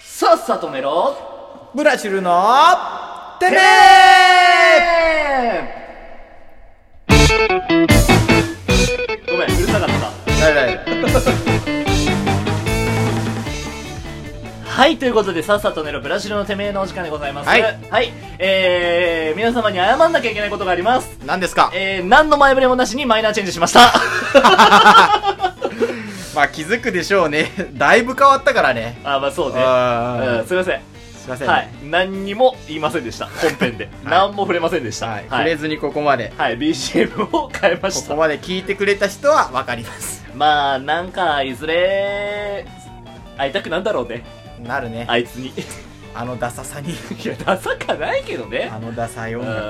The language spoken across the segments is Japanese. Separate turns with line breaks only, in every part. さっさとめろ
ブラジルのてめ
えごめんうるさかったはい、ということで、さっさと寝ろ、ブラジルのてめえのお時間でございます。
はい
えー、皆様に謝んなきゃいけないことがあります。
何ですか
えー、何の前触れもなしにマイナーチェンジしま した。
まあ気づくでしょうね だいぶ変わったからね
あ、まあそうね。
あー
うん、すいません。
すいません
はい。何にも言いませんでした。本編で。何も触れませんでした。
はい
は
触れ
い。
ずにここまで
はい、BGM を変えま
こ
した。
こまで聞いてくれた人はわかります
まあ、なんか、いずれ、会いたくなんだろうね。
なるね
あいつに。い
あのダサさに
や、ダサかないけどね
あ。のダサい音楽
う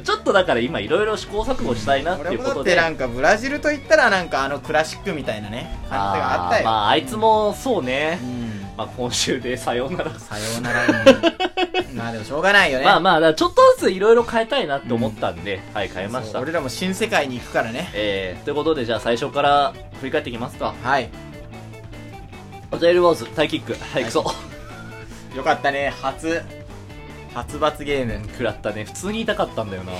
んちょっとだから今いろいろ試行錯誤したいなっていう
俺も
こ
だ
と
って
で。
なんかブラジルといったらなんかあのクラシックみたいなね感じがあった
ー
よ、
まあ、あいつもそうね
う。ん
まあ、今週でさようなら。
さようならに まあでもしょうがないよね
まあまあ、だからちょっとずついろいろ変えたいなって思ったんで、はい、変えまし
そ
た
う。俺らも新世界に行くからね
えー、ということで、じゃあ最初から振り返っていきますか。
はい
お便り坊主、タイキック、はい、クソ。
よかったね初初罰ゲーム
食らったね。普通に痛かったんだよ な。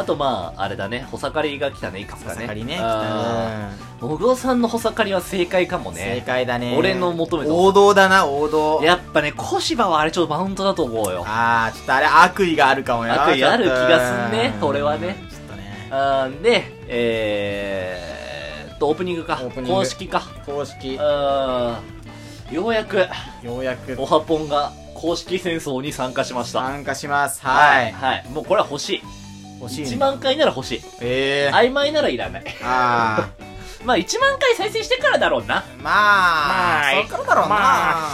あと、まあ、あれだね。ホサカリが来たね、いくつかね。
さかりね
あー小久保さんのホサカリは正解かも
うん正
ね。
解だね
俺の求めた
王道だな王道
やっぱね、小芝はあれちょっとマウントだと思うよ。
ああちょっとあれ悪意があるかもよ
悪意ある気がすんね
ちょっと
俺はね
ちょっとね
あーで、えーっと、オープニングか。
オープニング
公式か。
公式
あーようやく、
ようやく
オハポンが公式戦争に参加しました。
参加しますはい
はい。もうこれは欲しい。
欲しいね
1万回なら欲しい。
ええ
曖昧ならいらない。
あ
まあ1万回再生してからだろうな。
ーまあ
まあ
そっからだろうな
ま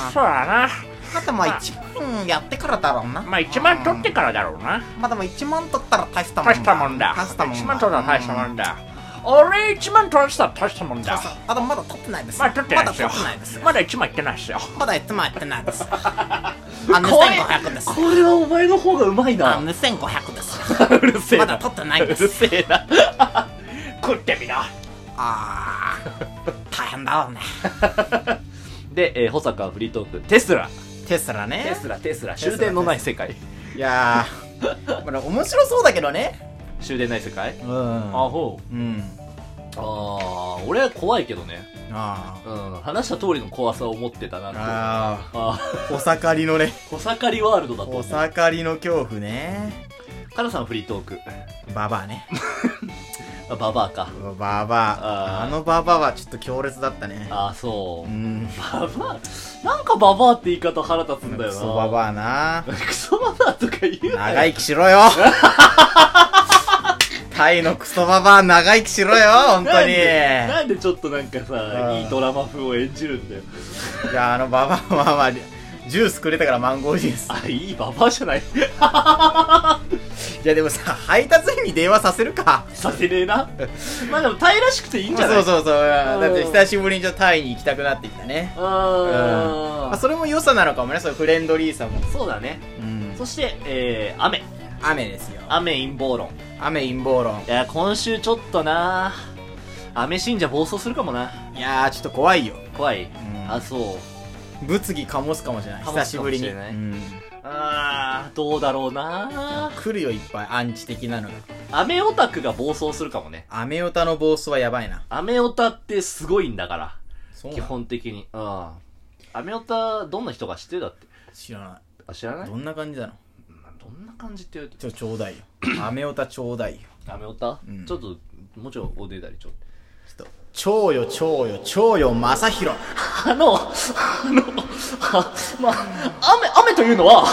あそうだな
まだまあ1万やってからだろうな
まあ1万取ってからだろうな
まあでも1万取ったら大したもん
大したもんだ
大したもんだ
1万取ったら大したもんだ俺1万取らしたら大したもん
そう
だ
そうあでもまだ取ってないです
まだ取ってないですよ
まだ取ってないです
まだ1万いってないっすよ
まだいつもやってない ですあの
これ
2500です
これはお前の方がうまい
あ
な。
の2500です
うるせえ
ま
な。
だ取ってないで
うる
す
せえな。
食ってみな
ああ大変だろうね
で、えー、保坂フリートーク、テスラ。
テスラ
テ
ね
スラ、テスラ。終電のない世界。
いやーこれ面白そうだけどね
終電ない世界
うん
あ
あ
ほう。
うん
あー、俺は怖いけどね。
あ
うん、話した通りの怖さを持ってたなって。あ
あ
あ、
お盛りのね
小盛りワールドだと思
お
う。
盛りの恐怖ね
カナさんフリートーク。
ババアね
あババアか。
ババア
あー
あのババアはちょっと強烈だったね
ああ、そうう。
ん
ババア、なんかババアって言い方腹立つんだよ
ク
な。
ソババアな
クソババアとか言うな
長
よ。
生きしろよタイのクソババア長生きしろよ本当
なん
にい
で
や
なんでちょっとなんか
う
さ、
ん
いいドラマ風を演じるんだよ。
あのババアはまあジュースくれたからマンゴージュース
あ、いいババアじゃない。
いやでもさ配達員に電話させるか
させねえな。まあでも、タイらしくていいんじゃない
そうそうそう
うん
だって久しぶりにちょっとタイに行きたくなってきたね
う
まあ
ーん。
それも良さなのかもねそういうフレンドリーさも
そうだね。
うん
そして、えー、雨。
雨ですよ
雨陰謀論。
雨陰謀論
いや、今週ちょっとな雨信者暴走するかもない
やーちょっと怖いよ
怖い、
ん
あ、そう。
物議かもすかもしれない
醸すかも
久
し
し
れな
ぶ
い
りに、うん
あー、どうだろうな
来るよいっぱいアンチ的なのが
雨オタクが暴走するかもね。
雨オタの暴走はやばいな
雨オタってすごいんだから。
そうな
基
の
本的に。うん。雨オタ、どんな人が知ってるだって。
知らな
あ、知らないい
どんな感じなの
まあどんな感じって言うと。
ちょちょう だいよアメオタちょうだいよ
雨オタ、
うん
ちょっと、もうちょいおねだりちょっと。
ちょっと超よ超よ超よ正弘
あの、あの、あまあ、雨、雨というのは、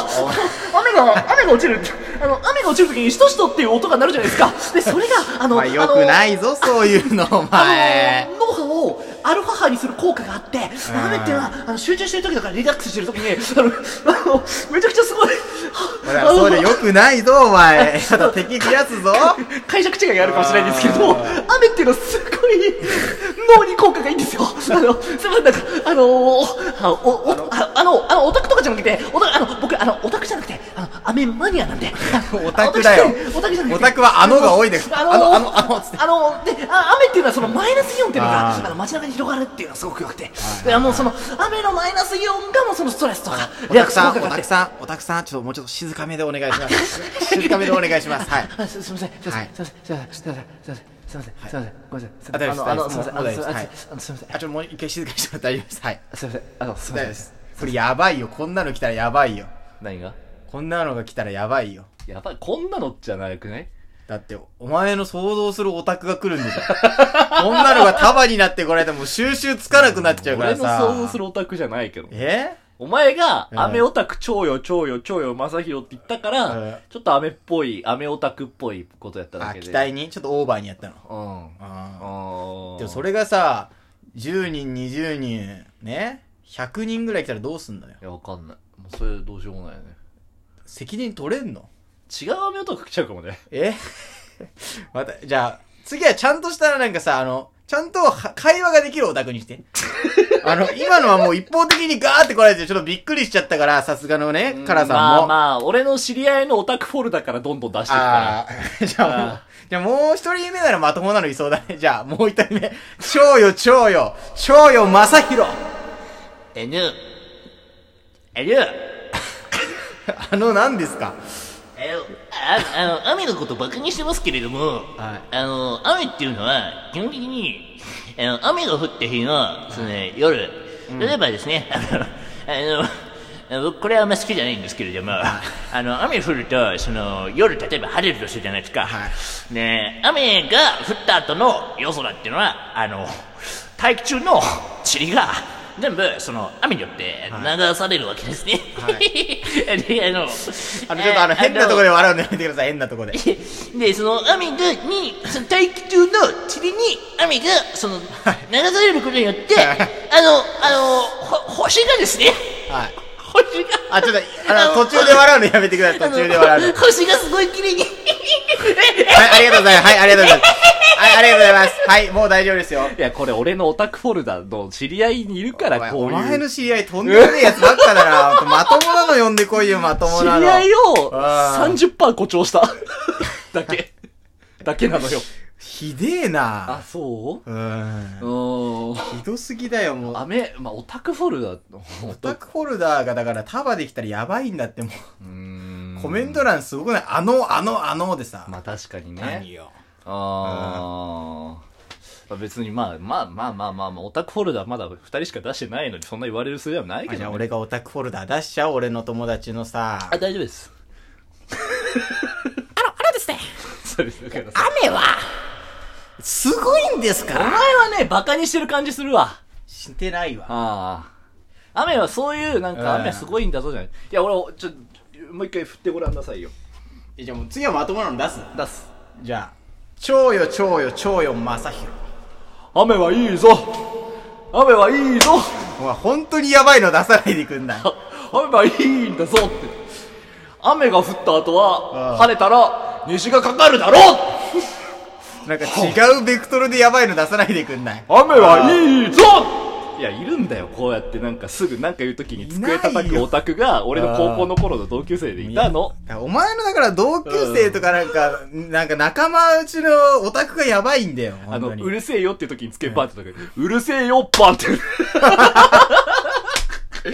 雨が、雨が落ちる、あの、雨が落ちるときにしとしとっていう音が鳴るじゃないですか。で、それが、あの、
まあよく
い
ないぞ そういうのお
あ
前
の、脳波をアルファ波にする効果があって、雨っていうのは、あの集中してる時とかリラックスしてる時に、あの、あのめちゃくちゃすごい、
ほらそれよくないぞお前ただ敵増やす ぞ
解釈違いがあるかもしれないんですけど
あ
雨っていうのはすごい脳に効果がいいんですよ。あの、すみません、なんか、あのー、あの、お、お、ああの、あの、オタクとかじゃなくて、オタク、あの、僕、あの、オタクじゃなくて、あの、雨マニア なんで。あの
オタクだよ
オタクじゃなくて。
オタクはあのが多いです
あの、
あのあのあの
あの、で、あ雨っていうのはそのマイナスイオンっていうの
あ
が、
ー
あの、街中に
広がるっていうのはすごく良くて、いやもうその雨のマイナスイオンがもうそのストレスとか、
おたくさん、
リ
お
ラッ
た
ク
く
ス効
さん、おたくさん、ちょっともうちょっと静かめでお願いします。 静かめでお願いします。はい。
果が高くてあすすみません、すみま
は
せ
い
ん、すみません、すみません、すみません、すみません、すみません、ごめんなさい、すみません、
あ大丈夫です大丈夫です大丈夫ですはい
あのあのすみません、あのあのあのすみません
あ、ちょ、もう一回静かにしても大丈夫です。はい。
あ、すみません、あのすみ
大丈
ませ
夫
ん
です。これやばいよ。こんなの来たらやばいよ。
何が
こんなのが来たらやばいよ。
やばい、こんなのじゃなくない
だって、お前の想像するオタクが来るんでしょ。 こんなのが束になってこられても収集つかなくなっちゃうか
俺
ら
の
さ。
想像するオタクじゃないけど。
え
お前が、
うん
アメオタク超よ超よ超よ正宏って言ったか
うん
ら、ちょっとアメっぽい、アメオタクっぽいことやっただ
あ、
けで。
期待にちょっとオーバーにやったの。
うん。
あー
あ
でもそ
れ。
れがさ、10人、20人、ね、100人ぐらい来たらどうすんのよ。
いや、わかんない。もうそれどうしようもないよね。
責任取れんの
違うアメオタク来ちゃうかもね。
え また、じゃあ、次はちゃんとしたなんかさ、あの、ちゃんとは会話ができるオタクにして。 あの、今のはもう一方的にガーって来られて、ちょっとびっくりしちゃったから、さすがのね、カラさんも。
まあまあ、俺の知り合いのオタクフォルダからどんどん出していくから。
ああ、 じゃあもう、じゃあもう一人目ならまともなのいそうだね。じ ゃあ、もう一人目。超よ、超よ、超よ、まさひろ。
えぬ。えぬ。
あの、何ですか
あの、ああの、雨のことバカにしてますけれども、
はい
あの、雨っていうのは、基本的に、あの、雨が降った日の、その、ね、夜、例えばですね、あの、あのあの、僕これはあんま好きじゃないんですけれども、あの、雨降ると、その、夜、例えば晴れるとするじゃないですか。
は
ね雨が降った後の夜空っていうのは、あの、大気中の塵が、全部、その、雨によって流されるわけですね。
はい
で、あの、
あの、ちょっとあの、変なところで笑うのやめてください、変なところで。
で、その雨が、に、その大気中の塵に雨が、その、流されることによって、
はい
あの、あの、ほ、星がですね、
はい。
星が、
あ、ちょっと、あの、途中で笑うのやめてください、途中で笑うの。
星がすごい綺 麗に、
はい、ありがとうございます。はい、ありがとうございます。はい、ありがとうございます。はい、もう大丈夫ですよ。
いや、これ俺のオタクフォルダの知り合いにいるか
お前
ら、こう
お前
いう。
の知り合いとんでもねえやつばっかだな。ほんとまともなの呼んでこいよ、まとも
知り
なの。
合いを
あー
30%誇張した。 だけ。だけなのよ。
ひでえ
あ、
な。
そうう
ー。
んうん。
ひどすぎだよ、もう。
雨、まあ、オタクフォルダの、
オタクフォルダーがだから束できたらやばいんだって、も
うーん
う。コメント欄すごくないあの、あの、あのでさ。
まあ確かにね。
何よ。
あーまあ。別にまあまあまあまあまあ、まあ、オタクフォルダーまだ2人しか出してないのにそんな言われる筋合いはない
あ
け
じゃあ
ど、ね、
俺がオタクフォルダー出しちゃおう、俺の友達のさ。
あ、大丈夫です。
あらですね、
それだからさ。
雨は、
すごいんですか
お
ら
前はね、バカにしてる感じするわ。
してないわ。
ああ。雨はそういう、なんか
うん
雨すごいんだぞじゃない。いや、俺、ちょ、もう一回振ってごらんなさいよ。
えじゃあもう次はまともなの出す
出す。
じゃあ超よ超よ超よまさひろ
雨はいいぞ雨はいいぞ
お前本当にやばいの出さないでくん ない
雨はいいんだぞって。雨が降った後
うん
は、晴れたら、虹がかかるだろう
なんか違うベクトルでやばいの出さないでくんない
雨はいいぞいや、いるんだよ、こうやってなんかすぐなんか言う時に机叩くオタクが、俺の高校の頃の同級生でいたの。
だからお前のだから同級生とかなんか、なんか仲間うちのオタクがやばいんだよ
あ
本
の、
当
う
に
るせえよっていう時に机バーって叩く。うるせえよ、 バーって。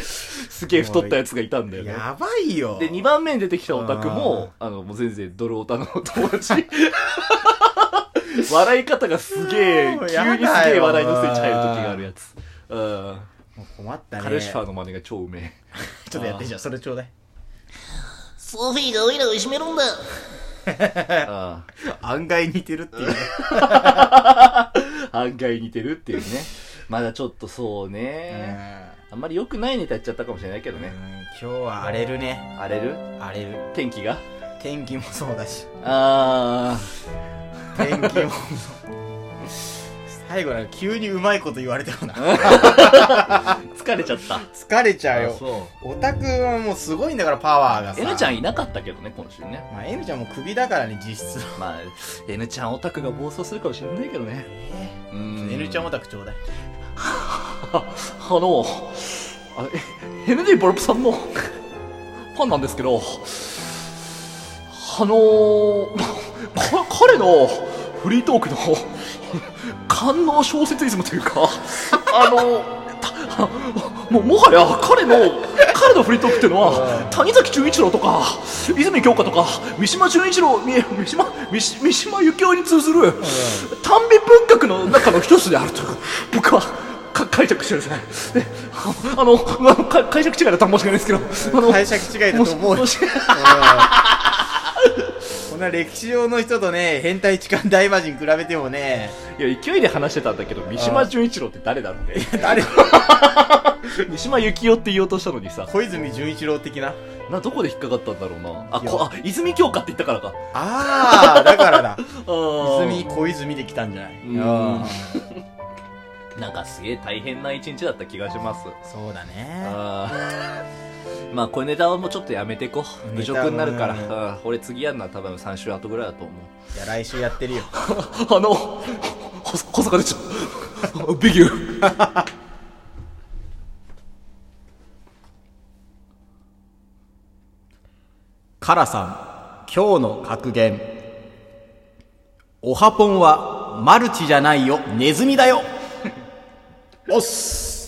すげえ太ったやつがいたんだよね。
やばいよ
で、2番目に出てきたオタクも、あの、もう全然ドルオタの友達。笑い方がすげえ、
も
急にす
うやだよ
げえ笑いのスイッチ入る時があるやつ。うん。
もう困ったね
カルシファーの真似が超うめえ。
ちょっとやってじゃあそれちょうだい
ソフィーがオイラをいじめるんだ。
あ
案外似てるっていうね
あ案外似てるっていうね。まだちょっとそうね。あんまり良くないネタやっちゃったかもしれないけど
うん
ね。
今日は荒れるね
荒れる
荒れる
天気が
天気もそうだし
あ
天気も最後なんか急にうまいこと言われたよな
あ、疲れちゃった。
疲れちゃう
あ
よ
そ
オタクはもうすごいんだからパワーが
う。
さ
N ちゃんいなかったけどね、今週ね。
まあ N ちゃんもクビだからね実質
まあ、N ちゃんオタクが暴走するかもしれないけどね。うー
N ちゃん
ん。
オタクちょうだい
あ、あの、あえ ND ボルプさんのファンなんですけど、あのー、か彼のフリートークの官能小説イズムというかあのたもうもはや彼の彼のフリートークっていうのは谷崎潤一郎とか泉鏡花とか三島純一郎み三島三島三島由紀夫に通ずる短美文学の中の一つであると僕はか解釈してるんですねであの あのか解釈違いだったら申し訳ないですけどあの
解釈違いだと思うよ
も しもし
こんな歴史上の人とね、変態痴漢大魔人比べてもね、
いや勢いで話してたんだけど三島純一郎って誰だろう ね
誰
三島由紀夫って言おうとしたのにさ
小泉純一郎的な。
などこで引っかかったんだろうなあ
いや
こあ泉鏡花って言ったからか
ああ、だからだ。泉、
泉
小泉で来たんじゃない
うん
あ
なんかすげえ大変な一日だった気がします
ーそうだね。
あーまあこれネタはもうちょっとやめてこ
ネタ
侮辱になるから
うん
うん俺次やるのは多分3週後ぐらいだと思う
じゃあ来週やってるよ。
あの細川でちょビギュー
カラさん、今日の格言。おはぽんはマルチじゃないよ、ネズミ だよ。おっす。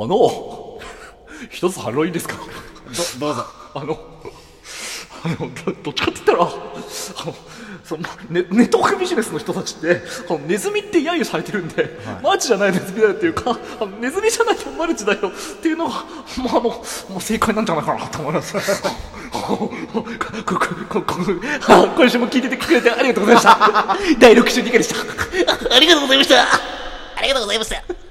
あの一つ反論いいですか
ど、どうぞ。
あの、あのどどっちかって言ったら、あのそのネネットワークビジネスの人たちって、このネズミって揶揄されてるんで、マルチじゃないネズミだよっていうか、あのネズミじゃないよ、マルチだよっていうのが、まあ、あのもう正解なんじゃないかなと思います。こここここあ今週も聞いててくれてありがとうございました。第6週2回でした。
ありがとうございましたありがとうございました